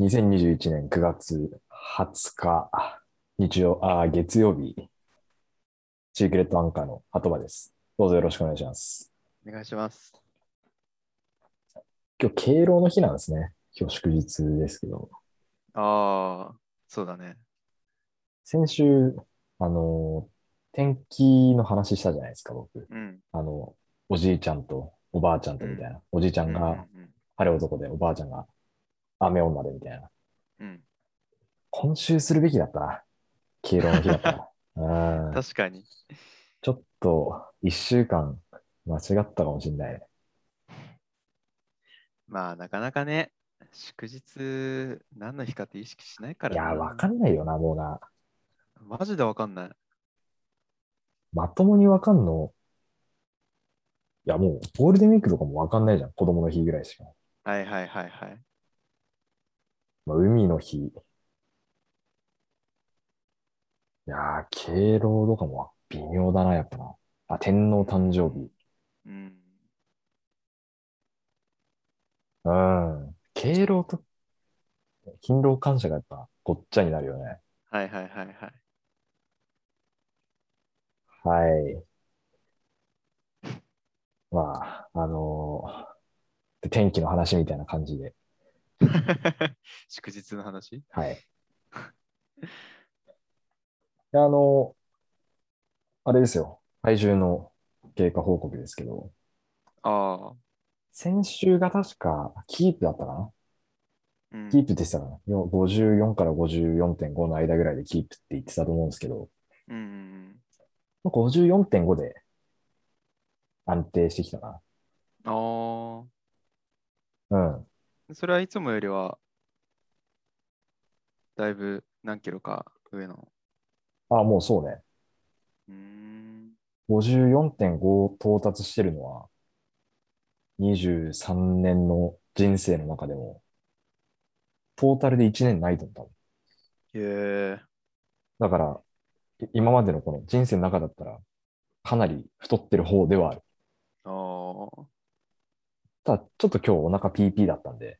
2021年9月20日、日曜、あー、月曜日、シークレットアンカーの鳩場です。どうぞよろしくお願いします。お願いします。今日、敬老の日なんですね。今日祝日ですけど、ああ、そうだね。先週、あのー、天気の話したじゃないですか、僕。うん。あの、おじいちゃんとおばあちゃんとみたいな。おじいちゃんがうん晴れ男で、おばあちゃんが雨女でみたいな。うん今週するべきだったな。敬老の日だったな。うん うん、確かに。ちょっと一週間間違ったかもしれないね。まあ、なかなかね、祝日、何の日かって意識しないかいらや、なわかんないよな、もうな。マジでわかんない。まともにわかんの。いや、もうゴールデンウィークとかもわかんないじゃん。子供の日ぐらいしか。はいはいはいはい。まあ、海の日。いやー、敬老とかも微妙だな、やっぱな。あ、天皇誕生日。うん。うん。敬老と、勤労感謝がやっぱごっちゃになるよね。はいはいはいはい。 はい。まあ、あのーで天気の話みたいな感じで、祝日の話はい。であのーあれですよ、体重の経過報告ですけど、ああ、先週が確かキープだったかな、うん。キープって言ってたかなよ ?54 から54.5の間ぐらいでキープって言ってたと思うんですけど、うんうん54.5で安定してきたかうん。あな。うん。あ、それはいつもよりは、だいぶ何キロか上の。ああ、もうそうね。うーん。 54.5到達してるのは、23年の人生の中でも、トータルで1年ないと思う。へえ。だから、い今までのこの人生の中だったら、かなり太ってる方ではある。ああ。ただ、ちょっと今日お腹 PP だったんで、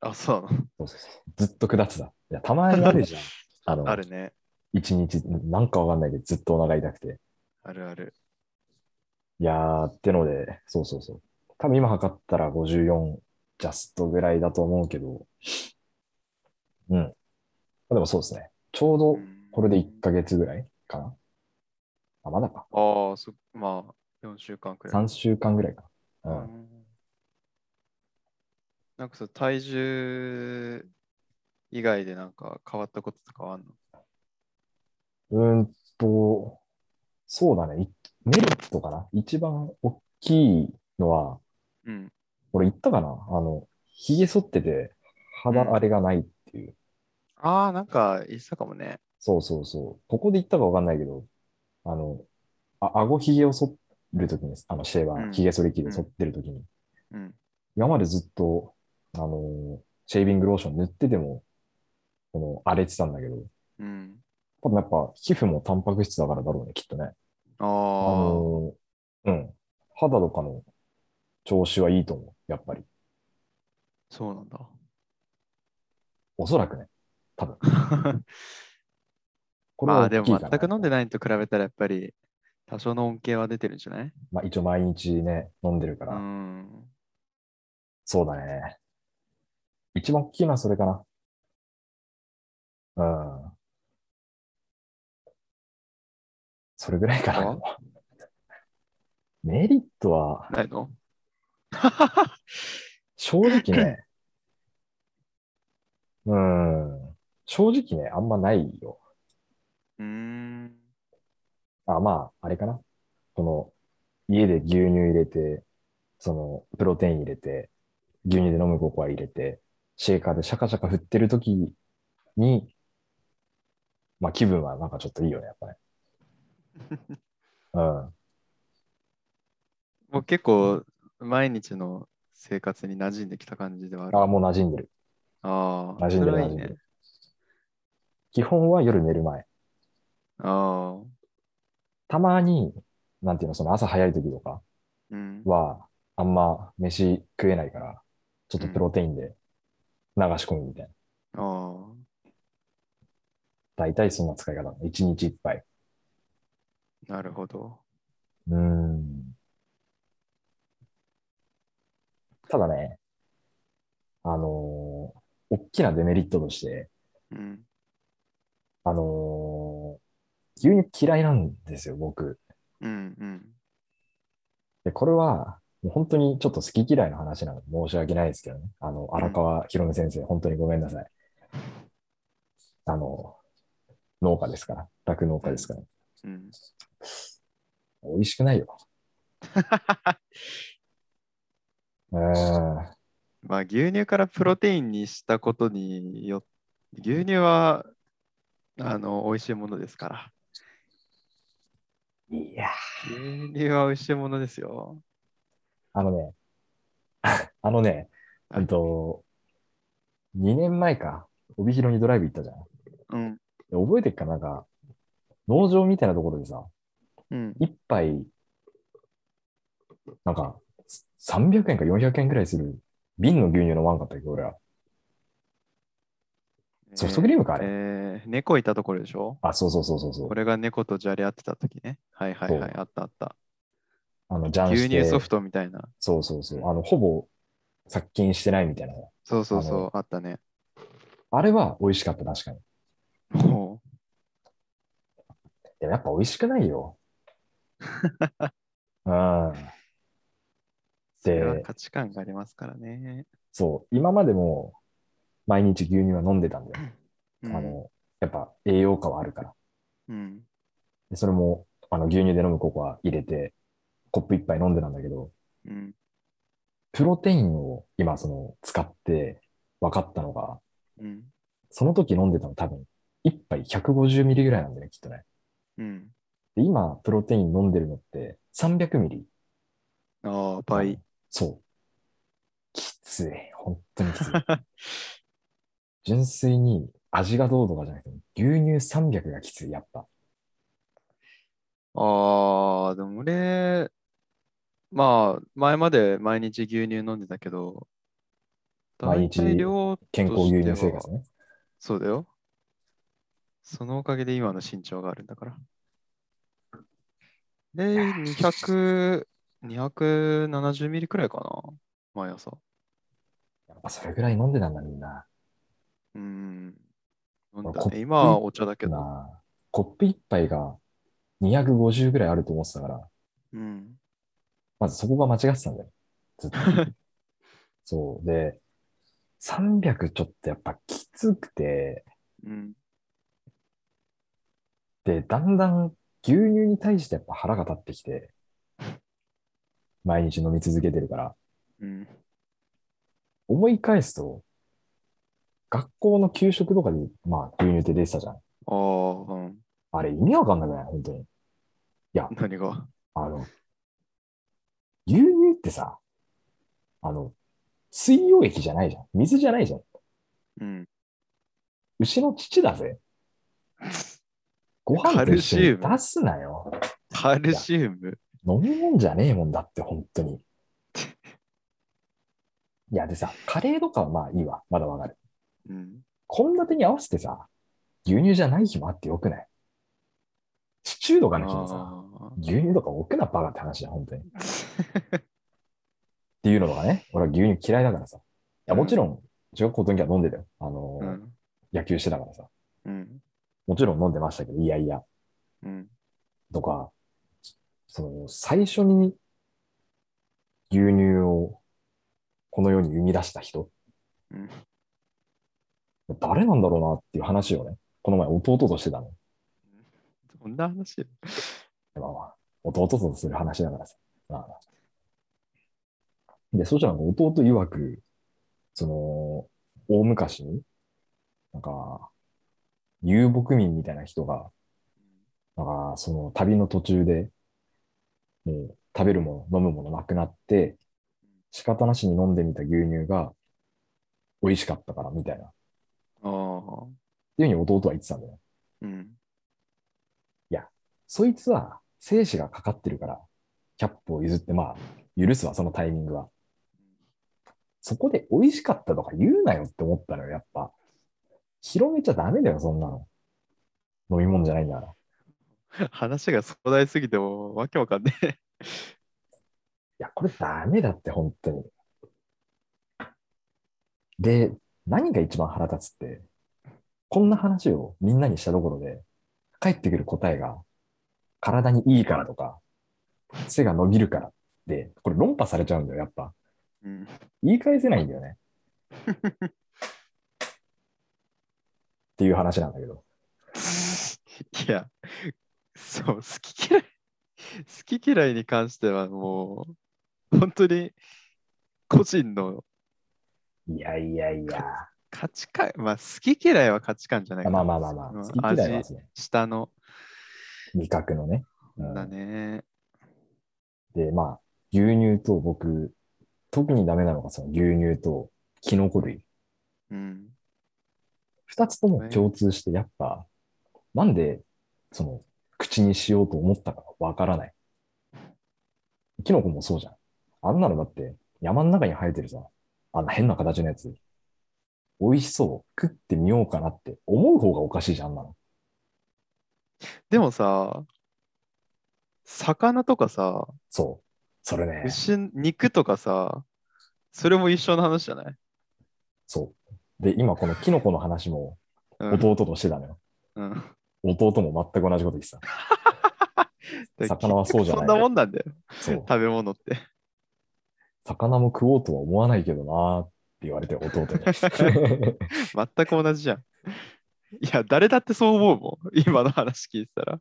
あ、そうなそうそうそうずっと下つだ。いや、たまにある じゃん。あのの。、あるね。一日、なんかわかんないけど、ずっとお腹痛くて。あるある。いやー、ってので、そうそうそう。多分今測ったら54ジャストぐらいだと思うけど、うん。まあでもそうですね。ちょうどこれで1ヶ月ぐらいかな。あ、まだか。ああ、そまあ、4週間くらい。 3週間ぐらいか。う。うんんなんかそう、体重以外でなんか変わったこととかはあんのうーんと、そうだね。いメリットかな。一番大きいのは、うん。俺言ったかな。あの、髭剃ってて肌荒れがないっていう。ああ、なんか言ってたかもね。そうそうそう。ここで言ったかわかんないけど、あの、あ、顎ひげを剃るときに、あの、シェーバうー、んひげ剃り器で剃ってるときに、うん。今までずっと、あのーシェービングローション塗ってても、この、荒れてたんだけど、うん。多分やっぱ、皮膚もタンパク質だからだろうね、きっとね。あああ、のーうん。肌とかの調子はいいと思う、やっぱり。そうなんだ。おそらくね。多分。これ まはあで大もきい全かなく飲んでないのと比べたらやっぱり多少の恩恵は出てるんじゃないまあ一応毎日ね、飲んでるかうら。ん。そうだね。一番大きいのはそれかな。うん。それぐらいかな。メリットは、ないの正直ね、うん。正直ね、あんまないよ。うーん。あ、まあ、あれかな。この、家で牛乳入れて、その、プロテイン入れて、牛乳で飲むココア入れて、シェーカーでシャカシャカ振ってる時に、まあ気分はなんかちょっといいよね、やっぱね。うん。もう結構毎日の生活に馴染んできた感じではある。ああ、もう馴染んでる。ああ、馴染んでる、そ馴れはい染んいでね。る。基本は夜寝る前。ああ、たまに、なんていうの、その朝早い時とかうん。は、あんま飯食えないから、ちょっとプロテインで流し込むみたいな。あ大体そんな使い方。1日1杯。あ、なるほど。うーん。ただね、あのー大きなデメリットとして、うん。あのー牛乳嫌いなんですよ、僕。うんうん。で、これは、もう本当にちょっと好き嫌いの話なので申し訳ないですけどね。あの、荒川博美先生、本当にごめんなさい。あの、農家ですから。酪農家ですから。うん、 美味しくないよ。うーん。まあ牛乳からプロテインにしたことによって牛乳はあの美味しいものですからいや、牛乳は美味しいものですよあのね、 あのね、はいえっと、2年前か、帯広にドライブ行ったじゃん。うんで覚えてっかなんか、農場みたいなところでさ、うん一杯、なんか、300円か400円くらいする瓶の牛乳飲まんかったっけど、俺は。ソフトクリームかあれえー猫いたところでしょあ、そうそうそうそうそう。俺が猫とじゃれ合ってた時ねはいはいはいそうあったあったあの、ジャンし牛て。乳ソフトみたいなそうそうそう。あの、ほぼ殺菌してないみたいな。そうそうそうあったねあれは美味しかった、確かに。もでもやっぱ美味しくないよ。 うん。うそれはで価値観がありますからね、そう、今までも毎日牛乳は飲んでたんだよ。うん、あの、やっぱ栄養価はあるから。うんでそれも、あの、牛乳で飲むココア入れて、コップ一杯飲んでたんだけど、うんプロテインを今、その、使って分かったのが、うんその時飲んでたの多分、一杯150ミリぐらいなんだよね、きっとね。うんで、今、プロテイン飲んでるのって300ミリ。ああ倍そう。きつい。本当にき つい。純粋に味がどうとかじゃなくて、牛乳300がきつい、やっぱ。ああ、でも俺、まあ、前まで毎日牛乳飲んでたけど、毎日大体量健康牛乳生活ね。そうだよ。そのおかげで今の身長があるんだから。で、200、270ミリくらいかな、毎朝。やっぱそれぐらい飲んでたんだ、みんな。うん。飲んまあだコッね。プ今はお茶だけど。なあコップ一杯が250ぐらいあると思ってたから、うん。まずそこが間違ってたんだよ。ず っと。そう。で、300ちょっとやっぱきつくて、うん。で、だんだん牛乳に対してやっぱ腹が立ってきて、毎日飲み続けてるから、うん。思い返すと、学校の給食とかで、まあ、牛乳って出てたじゃん。ああ、うん。あれ、意味わかんなくない本当に。いや、何が。あの、牛乳ってさ、あの、水溶液じゃないじゃん。水じゃないじゃん。うん。牛の乳だぜ。ご飯と一緒に出すなよ。カルシウム。飲み物じゃねえもんだって、本当に。いや、でさ、カレーとかはまあいいわ。まだわかる。うん。献立に合わせてさ、牛乳じゃない日もあってよくないシチューとかの日にさ、あ牛乳とか置くなバカって話だ、本当に。っーていうのがね、俺は牛乳嫌いだからさ。いや、もちろん、中学校の時は飲んでたよ。あのうーん。野球してたからさ。うん。もちろん飲んでましたけど、いやいや、うん。とか、その、最初に牛乳をこの世に生み出した人、うん誰なんだろうなっていう話をね、この前弟としてたの。そんな話まあまあ、弟とする話だからさ。まあまあで、そしたら弟曰く、その、大昔に、なんか、遊牧民みたいな人が、なんか、その旅の途中で、もう食べるもの、飲むものなくなって、仕方なしに飲んでみた牛乳が美味しかったから、みたいな。っああ。ていうふうに弟は言ってたんだよ。うん。そいつは精子がかかってるから、キャップを譲って、まあ、許すわ、そのタイミングは。そこで美味しかったとか言うなよって思ったのよ、やっぱ。広めちゃダメだよ、そんなの。飲み物じゃないんだから。い話が壮大すぎてもわけわかんねえ。や、これダメだって、本当に。で、何が一番腹立つって、こんな話をみんなにしたところで、返ってくる答えが、体にいいからとか、背が伸びるからで、これ論破されちゃうんだよ、やっぱ。うん、言い返せないんだよね。っていう話なんだけど。いや、そう、好き嫌い、好き嫌いに関してはもう、本当に個人のいやいやい や。価値観、まあ好き嫌いは価値観じゃないかまなあまあまあまあ。その好き嫌いは味、ね、下の、味覚のね。うんだね。で、まあ、牛乳と僕、特にダメなのがその牛乳とキノコ類。うん。二つとも共通して、やっぱ、なんで、その、口にしようと思ったかわからない。キノコもそうじゃん。あんなのだって、山の中に生えてるさ、あんな変な形のやつ。美味しそう。食ってみようかなって思う方がおかしいじゃん、あんなの。でもさ、魚とかさ、そう。それね、牛、肉とかさ、それも一緒の話じゃない、そう。で、今このキノコの話もうん、弟としてたのよ。うん。だ弟も全く同じこと言ってた。から魚はそうじゃない結局そんなもんなんだよ、そう。食べ物って。魚も食おうとは思わないけどなーって言われて、 弟に。全く同じじゃん。いや、誰だってそう思うもん。今の話聞いてたら。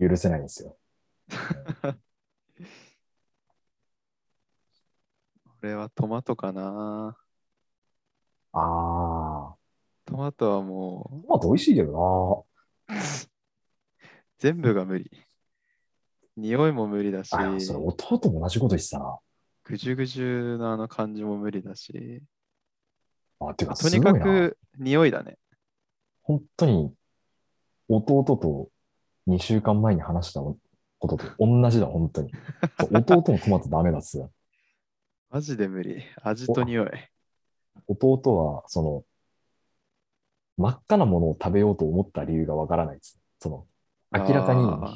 許せないんですよ。俺はトマトかな。あトマトはー、もトマト美味しいけどう、全部が無理。匂いも無理だしな、ー。あ、でもそれ弟も同じこと言ってたな。ぐじゅぐじゅのあの感じも無理だし、あ、てか、とすにごいかな。く匂いだね。本当に、弟と2週間前に話したことと同じだ、本当に。そう弟もトマトダメだっすよ。マジで無理。味と匂い。弟は、その、真っ赤なものを食べようと思った理由がわからないです。その、明らかに、あ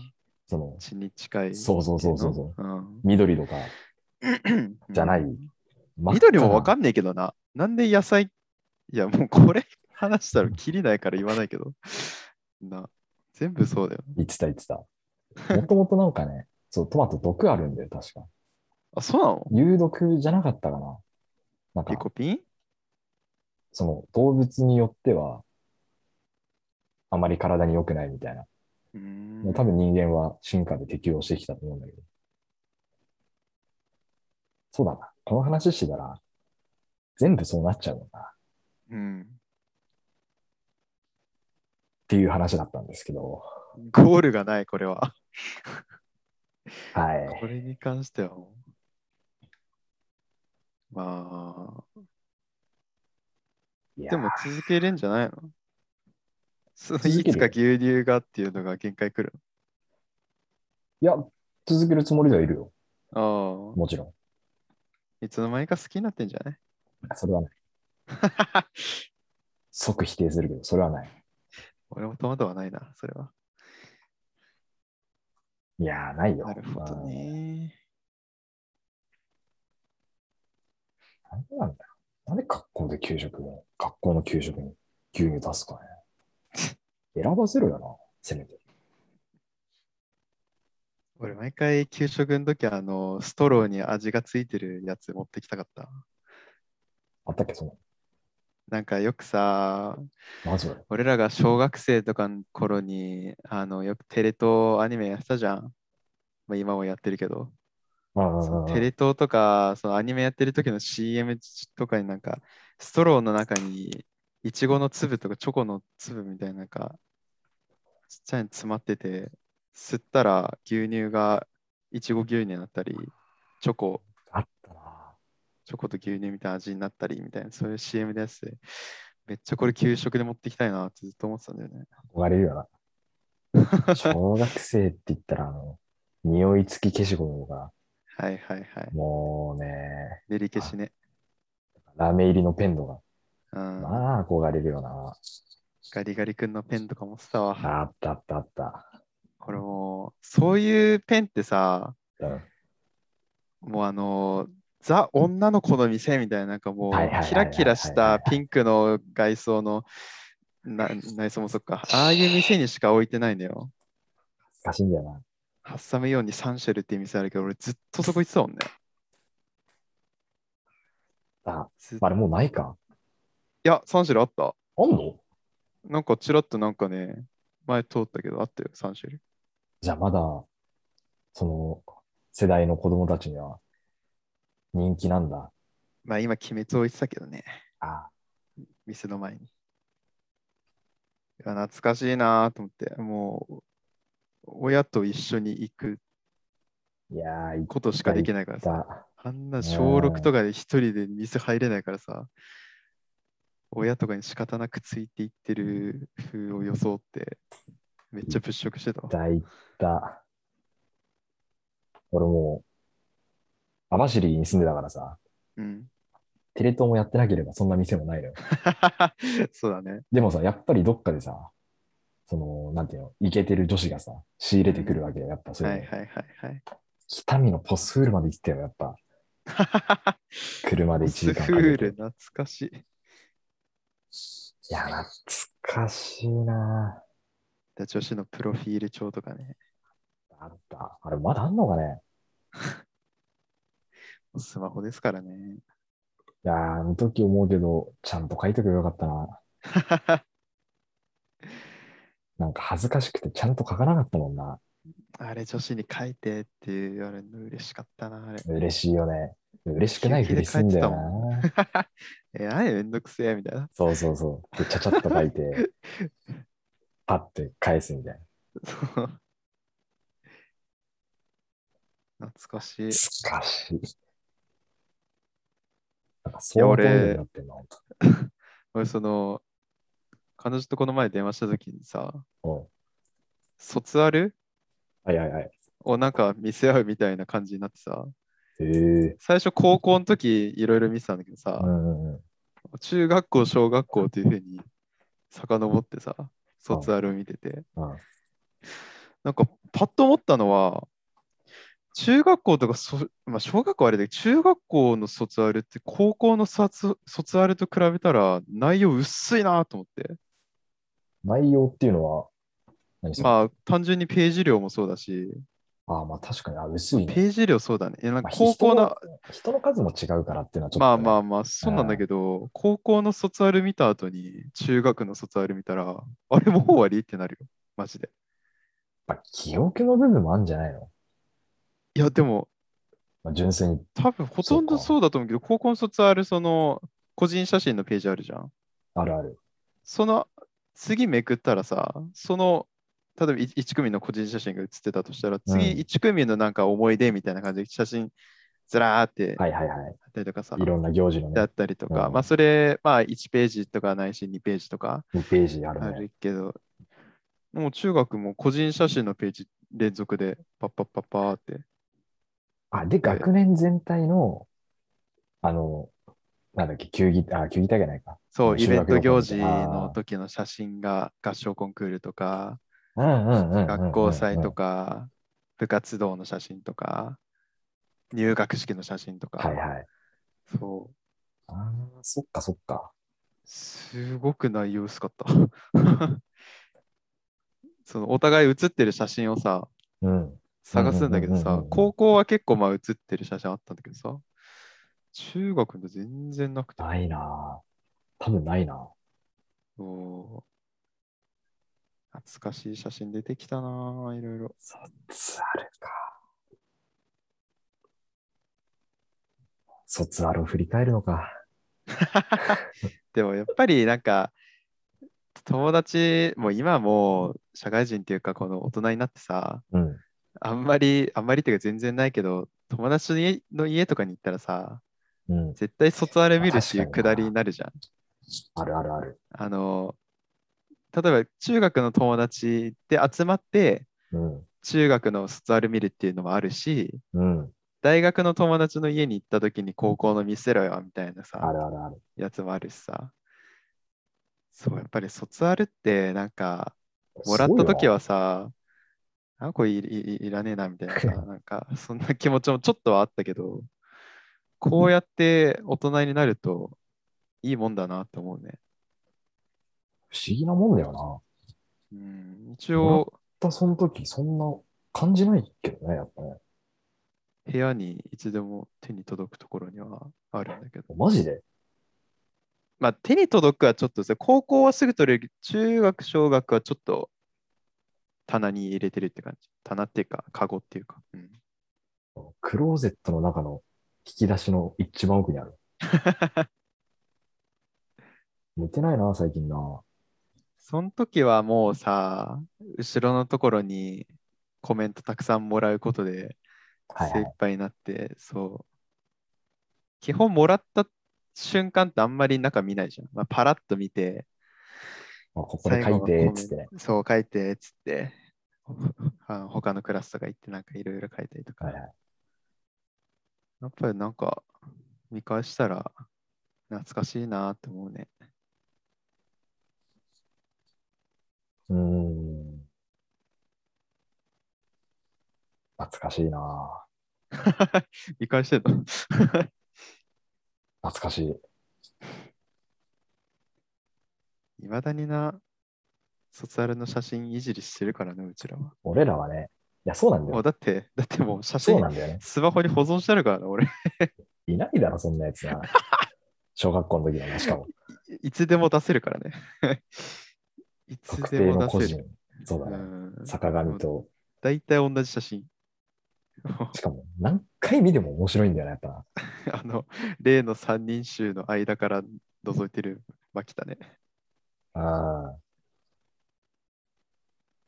そのー、血に近い。。そうそうそうそうそうん、緑とか、じゃない。真っ赤な緑も わかんねえけどな。なんで野菜いや、もうこれ話したらきりないから言わないけど。な、全部そうだよ。言ってた言ってた。もともとなんかね、そう、トマト毒あるんだよ、確か。あ、そうなの有毒じゃなかったかな。なんリか、コピンその動物によっては、あまり体に良くないみたいな。うーんもう多分人間は進化で適応してきたと思うんだけど。そうだな。この話してたら、全部そうなっちゃうのな。っうん。ていう話だったんですけど。ゴールがない、これは。はい。これに関してはもう。まいあ、やでも続けるんじゃないのその続けるいつか牛乳がっていうのが限界くるいや、続けるつもりではいるよ。の。あもちろあ、いつの間にか好きになってんじゃないん。それはない。即否定するけど、それはない。俺もトマトはないな、それは。いやー、ないよ。なるほどね。まあ。なんなんだよ。なんで学校で給食に、学校の給食に牛乳出すかね。 選ばせろよな、せめて。俺、毎回給食の時はあのストローに味がついてるやつ持ってきたかった。あったっけ、その、なんかよくさ、まず、俺らが小学生とかの頃にあのよくテレ東アニメやってたじゃん。まあ、今もやってるけど、うんうんそのうんうんテレ東とかそのアニメやってる時の CM とかになんかストローの中にいちごの粒とかチョコの粒みたいななんかちっちゃいの詰まってて吸ったら牛乳がいちご牛乳になったりチョコあったな。チョコと牛乳みたいな味になったりみたいなそういう CM でやつでめっちゃこれ給食で持ってきたいなってずっと思ってたんだよね。憧れるよな。小学生って言ったら、あの、匂い付き消しゴムが、 はいはいはい。もうね、練り消しね。ラメ入りのペンドがうんまあ、憧れるよな。ガリガリ君のペンとか持ってたわ。あったあったあった。これもう、そういうペンってさ、うんもうあの、ザ・女の子の店みたいな、なんかもはいはいはいはう、いキラキラしたピンクの外装の、な内装もそっか、ああいう店にしか置いてないのよ。おかしいんだよな。ハッサムようにサンシェルっていう店あるけど、俺ずっとそこ行ってたもんね。あ、ずあれもうないか。いや、サンシェルあった。あんのなんかちらっとなんかね、前通ったけど、あったよ、サンシェル。じゃあまだ、その、世代の子供たちには人気なんだ。まあ今、鬼滅置いてたけどね、あ店の前に。いや、懐かしいなーと思って、もう、親と一緒に行くいやー、行っことしかできないからさ。た。あんな小6とかで一人で店入れないからさ、親とかに仕方なくついていってる風を装って、めっちゃ物色してたわ。だいた。俺もう、網走に住んでたからさ、うん。 テレ東もやってなければそんな店もないのよ。そうだね。でもさ、やっぱりどっかでさ、その、なんていうの、イケてる女子がさ、仕入れてくるわけよ。やっぱそうはいいうはのいはいはい。北見のポスフールまで行ってたよ、やっぱ。車で1時ス間かけフて。ール懐かしい。いや、懐かしいなで女子のプロフィール帳とかね。あった。あれ、まだあんのかねスマホですからね。いやー、あの時思うけど、ちゃんと書いとけばよかったな。なんか恥ずかしくてちゃんと書かなかったもんな。あれ女子に書いてって言われるの嬉しかったな、あれ。嬉しいよね。嬉しくないふりすんだよな。 えらいめんどくせえみたいな。 そうそうそう。で、ちゃちゃっと書いて、パッて返すみたいな。そう懐かしい。懐かしい。なんかそういうになってんの、ほん俺その彼女とこの前電話した時にさと卒アルうん。はいはいはい。をなんか見せ合うみたいな感じになってさええ最初高校の時いろいろ見てたんだけどさう、んうんうん。中学校小学校というふうに遡ってさ卒アルを見ててうんなんかパッと思ったのは中学校とかそ、まあ、小学校はあれだけど中学校の卒アルって高校の卒卒アルと比べたら内容薄いなと思って内容っていうのは、何それまあ単純にページ量もそうだしああ、まあ確かに、あ、薄いね。ページ量そうだね。いやなんかまあ高校の、人の数も違うからっていうのはちょっと、まあまあまあ、そうなんだけど、高校の卒アル見た後に、中学の卒アル見たら、あれもう終わりってなるよ。マジで。やっぱ記憶の部分もあるんじゃないの、いや、でも、まあ、純粋に。多分ほとんどそそうだと思うけど、高校の卒アル、その、個人写真のページあるじゃん。あるある。その、次めくったらさ、その、例えば1組の個人写真が写ってたとしたら、次うん1組のなんか思い出みたいな感じで写真、ずらーってあはいはいはい。ったりとかさ、いろんな行事のだねっ、たりとか、うんまあそれ、まあ1ページとかないし2ページとか2ページあるあね。るけど、もう中学も個人写真のページ連続でパッパッパッパーって。あ、で、学年全体の、あの、なんだっけ、球技、あ、球技大会ないか。そうう、んイベント行事修学旅行みたいなの時の写真が合唱コンクールとか、うんうんうんうんうんうん。学校祭とか、部活動の写真とか、入学式の写真とはいか、はい。そう、ああ、そっかそっか。すごく内容薄かった。 そのお互い写ってる写真をさ、うん。探すんだけどうんうんうんさうん、高校は結構まあ写ってる写真あったんだけどさ、中学の全然なくて。ないなぁ多分ないなぁおー懐かしい写真出てきたなぁ、いろいろ。卒アルか。卒アルを振り返るのか。でもやっぱりなんか、友達、もう今はもう社会人っていうか、この大人になってさ、うん。あんまり、あんまりっていうか全然ないけど、友達の家の家とかに行ったらさ、うん。絶対卒アル見るっていう確かくだになりになるじゃん。あるあるある。あの、例えば中学の友達で集まって、うん。中学の卒アル見るっていうのもあるし、うん。大学の友達の家に行った時に高校の見せろよみたいなあさ、るあるある。やつもあるしさ、そう、やっぱり卒アルって、なんか、もらった時は。はさ、あ、これいいいいらねえなみたいなさ、 なんか、そんな気持ちもちょっとはあったけど、こうやって大人になると、いいもんだなって思うね。不思議なもんだよな。まうん、一応、たその時、そんな感じないけどね、やっぱね。部屋にいつでも手に届くところにはあるんだけど。マジでまあ、手に届くはちょっとですね、高校はすぐ取れるけど、中学、小学はちょっと棚に入れてるって感じ。棚っていうか、カゴっていうか。うん、クローゼットの中の引き出しの一番奥にあ る。寝てないな、最近な。その時はもうさ、後ろのところにコメントたくさんもらうことではいは精い一杯になって、そう。基本もらった瞬間ってあんまり中見ないじゃん。まあ、パラッと見て、まあ、ここで書い最後ての、コメントつってね。そう書いて、つって、 あ他のクラスとか行ってなんかいろいろ書いたりとか。はいはい。やっぱりなんか見返したら懐かしいなって思うね。うーん。懐かしいな。見返して た。懐かしい。いまだにな、卒アルの写真いじりしてるからね、うちらは。俺らはね、いや、そうなんだもうよ。だって、だってもう写そう真なんだよね。スマホに保存してあるからな、俺。 いないだろ、そんなやつな。小学校の時のね、しかも、いいつでも出せるからね。 いつ特で定のも個出せ人る。。そうだうね。ん。坂上と、大体同じ写真。 しかも、何回見ても面白いんだよな、やっぱな。あの、例の三人衆の間から覗いてる牧田ね。あ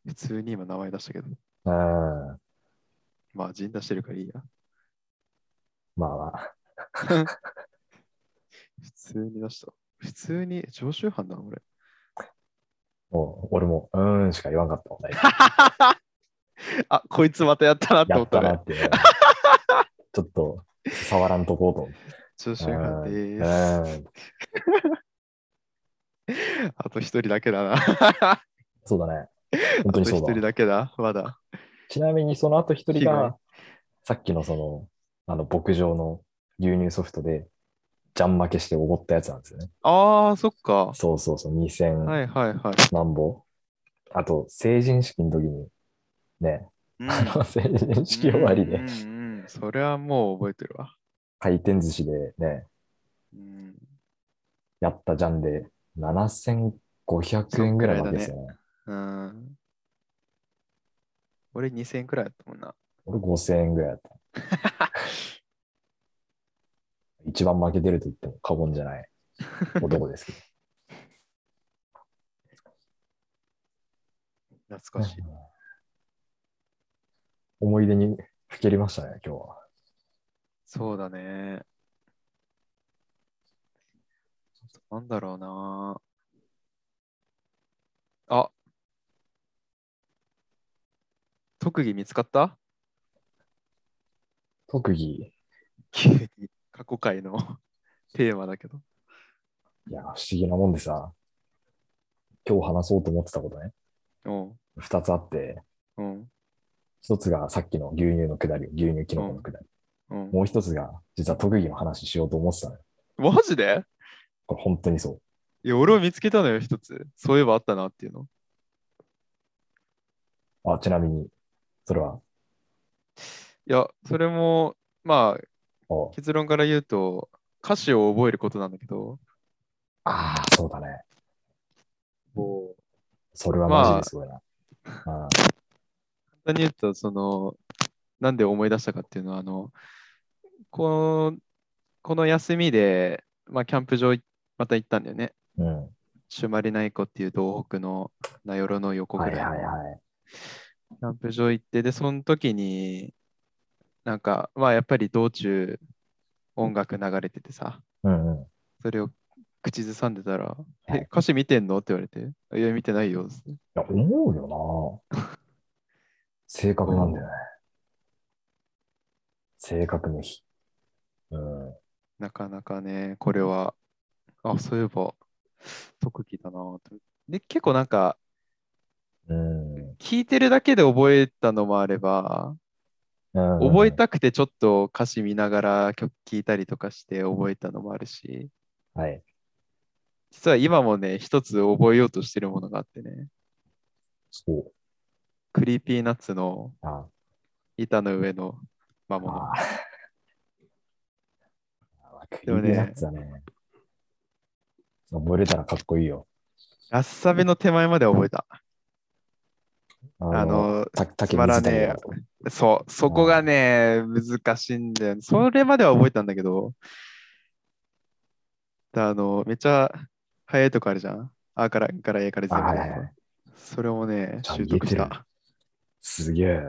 普通に今名前出したけど、あ、うん。まあ陣出してるからいいや。まあまあ、普通に出した。普通に常習犯だな、俺。 もう俺も、うーんしか言わんかったもんね。 あ、こいつまたやったなってや思っったたなね。 っていうね。ちょっと、触らんとこうと思って。常習犯でうーん。す。あと一人だけだな。あそうだね。本当とに一そう人だ。だけだ、まだ。ちなみに、その後一人被害が、さっきのその、あの、牧場の牛乳ソフトで、ジャン負けしておごったやつなんですよね。ああ、そっか。そうそうそう、は2000いはいはい。何本。あと、成人式の時に、ね、 うんあの、成人式終わりうでん、うんうんそれはもう覚えてるわ。回転寿司でね、うん、やったジャンで、7500円ぐらいまでですよね。うん、俺2000円くらいだったもんな。俺5000円ぐらいだった。 一番負けてると言っても過言じゃない男です けど懐かしい。。思い出にふけりましたね、今日は。そうだね。あとなんだろうな。あ特技見つかった 特技、急に過去回の テーマだけど。いや、不思議なもんでさ、今日話そうと思ってたことね、うん。二つあって、うん。一つがさっきの牛乳のくだり、牛乳キノコのくだり、うん、もう一つが実は特技の話しようと思ってたのよ。マジでこれ本当にそう。いや、俺を見つけたのよ、一つ。そういえばあったなっていうの。あ、ちなみに、それは、いや、それも、まあ、お結論から言うと、歌詞を覚えることなんだけど、ああ、そうだね。もうそれはマジですごいな。うん簡単に言うと、その、なんで思い出したかっていうのは、あの、この、この休みで、まあ、キャンプ場いまた行ったんだよね。うん。朱鞠内湖っていう東北の名寄の横ぐはらいいのはいはい。キャンプ場行って、で、その時に、なんか、まあ、やっぱり道中、音楽流れててさ、うんうん。それを口ずさんでたら、はいえ、歌詞見てんのって言われて、いや、見てないいよ。や、思うよな。性格なんだよね。性格の日。うん。なかなかね、これは、あ、そういえば、特技だなと。で、結構なんか、うん。聞いてるだけで覚えたのもあれば、覚覚えたくてちょっと歌詞見ながら曲聴いたりとかして覚えたのもあるし、はい。実は今もね、一つ覚えようとしてるものがあってね、そう。クリーピーナッツのあ板の上の魔あ。あ物。あ。クリでもーねピーナッツだね。覚えれたらかっこいいよ。ラッサビの手前まで覚えた。ああの、たつ竹まら水ねえ谷がそう、そこがね、難しいんだよね。それまでは覚えたんだけど、あの、めっちゃ早いとこあるじゃん。あから、からえからあ全部。はいはいはいそれもね、ちゃんと習得し言えてた。すげえ。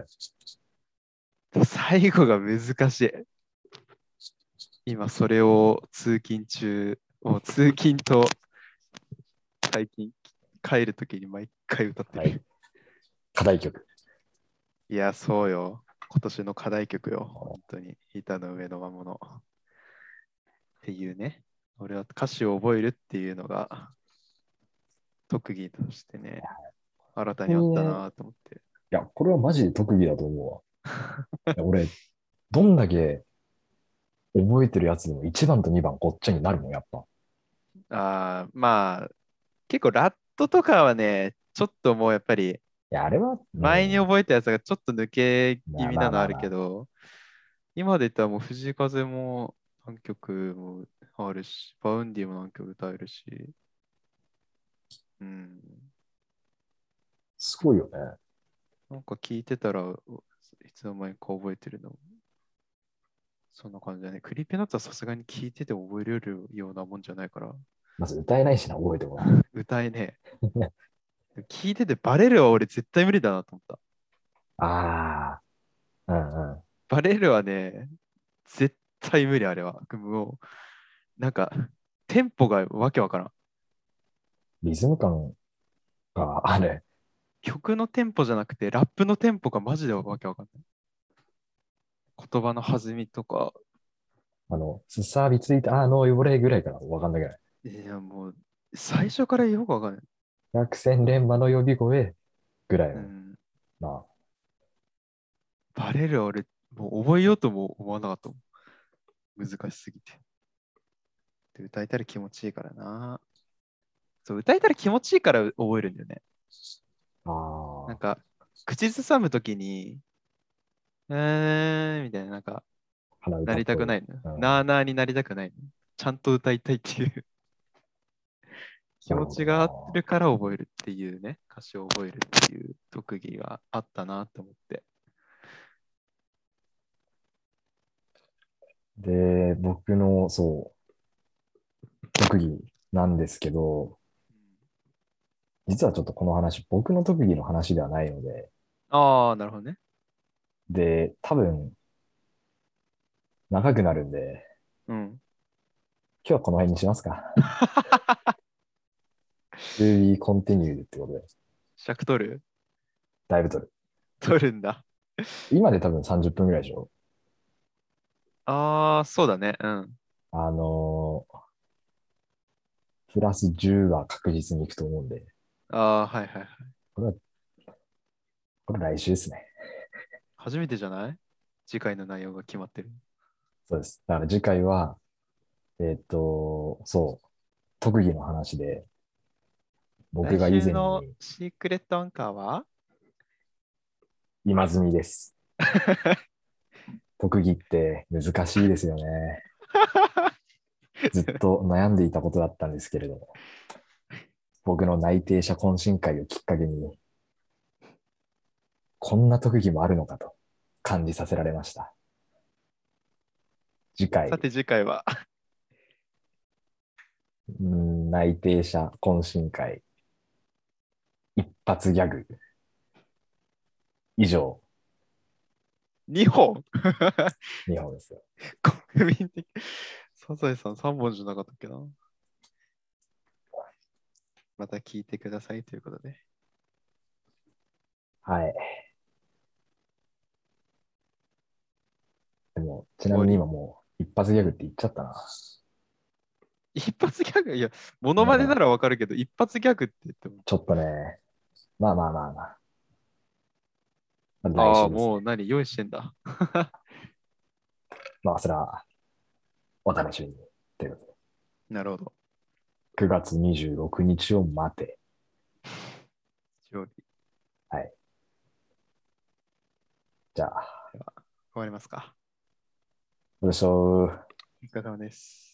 最後が難しい。今、それを通勤中、もう通勤と最近帰るときに毎回歌ってる。はいい、課題曲。や、そうよ。今年の課題曲よ。本当に。板の上の魔物。っていうね。俺は歌詞を覚えるっていうのが特技としてね、新たにあったなと思って。いや、これはマジで特技だと思う わ。いや俺、どんだけ覚えてるやつでも1番と2番こっちゃになるもん、やっぱ。ああ、まあ、結構ラットとかはね、ちょっともうやっぱりいや、あれは。うん前に覚えたやつがちょっと抜けま気味なのあまあまあまああるけど、今で言ったらもう藤井風も何曲もあるし、バウンディも何曲歌えるし、うん、すごいよね。なんか聞いてたらいつの間にか覚えてるの。そんな感じだね。クリーピーナッツはさすがに聞いてて覚えれるようなもんじゃないから、まず歌えないしな、覚えてもらう。歌えねえ。 聞いててバレるは俺絶対無理だなと思った。ああ。うんうん。バレるはね、絶対無理あれは。もう、なんか、テンポがわけわからん。リズム感があれ。曲のテンポじゃなくて、ラップのテンポがマジでわけわかんない。言葉の弾みとか、あの、すっさびついた、あの、汚れぐらいからわかんなくない。いやもう、最初からよくわかんない。百戦錬磨の呼び声ぐらいうの。ん、まバレるは俺、もう覚えようとも思わなかったもん。難しすぎて。で歌えたら気持ちいいからな。そう、歌えたら気持ちいいから覚えるんだよね。あ。あなあ。んか、口ずさむときに、うーん、みたいな、なんか、鼻歌。なりたくないいの。うんなあなあになりたくないの。ちゃんと歌いたい っていう気持ちがあるから覚えるっていうね、歌詞を覚えるっていう特技があったなと思って。で、僕の、そう、特技なんですけど、実はちょっとこの話、僕の特技の話ではないので、ああ、なるほどね。で、多分、長くなるんで、うん。今日はこの辺にしますか。To be continued ってことで、尺取る だいぶ取る。取るんだ。今で多分30分ぐらいでしょ。ああ、そうだね。うん。あのープラス10は確実にいくと思うんで、ああ、はいはいはい。これ来週ですね。初めてじゃない次回の内容が決まってる。そうです。だから次回は、えーっと、そう、特技の話で、僕が以来週前のにシークレットアンカーは今積み です。特技って難しいです よね。ずっと悩んでいたことだったんですけれども、僕の内定者懇親会をきっかけに、こんな特技もあるのかと感じさせられました。次回さ、て次回は。 うん内定者懇親会、一発ギャグ。以上、 2本日本ですよ。国民的。サザエさん3本じゃなかったっけなまた聞いてくださいということで。はい。でも、ちなみに今もう、一発ギャグって言っちゃったな。一発ギャグ、いや、モノマネならわかるけど、一発ギャグって言っても、ちょっとね、まあまあまあまあ。まああ、来週ですもう何、用意してんだ。まあ、それは、お楽しみに。ということで。なるほど。 9月26日を待て。日曜日終じゃあ、わりますか。どうでしょう。お疲れ様です。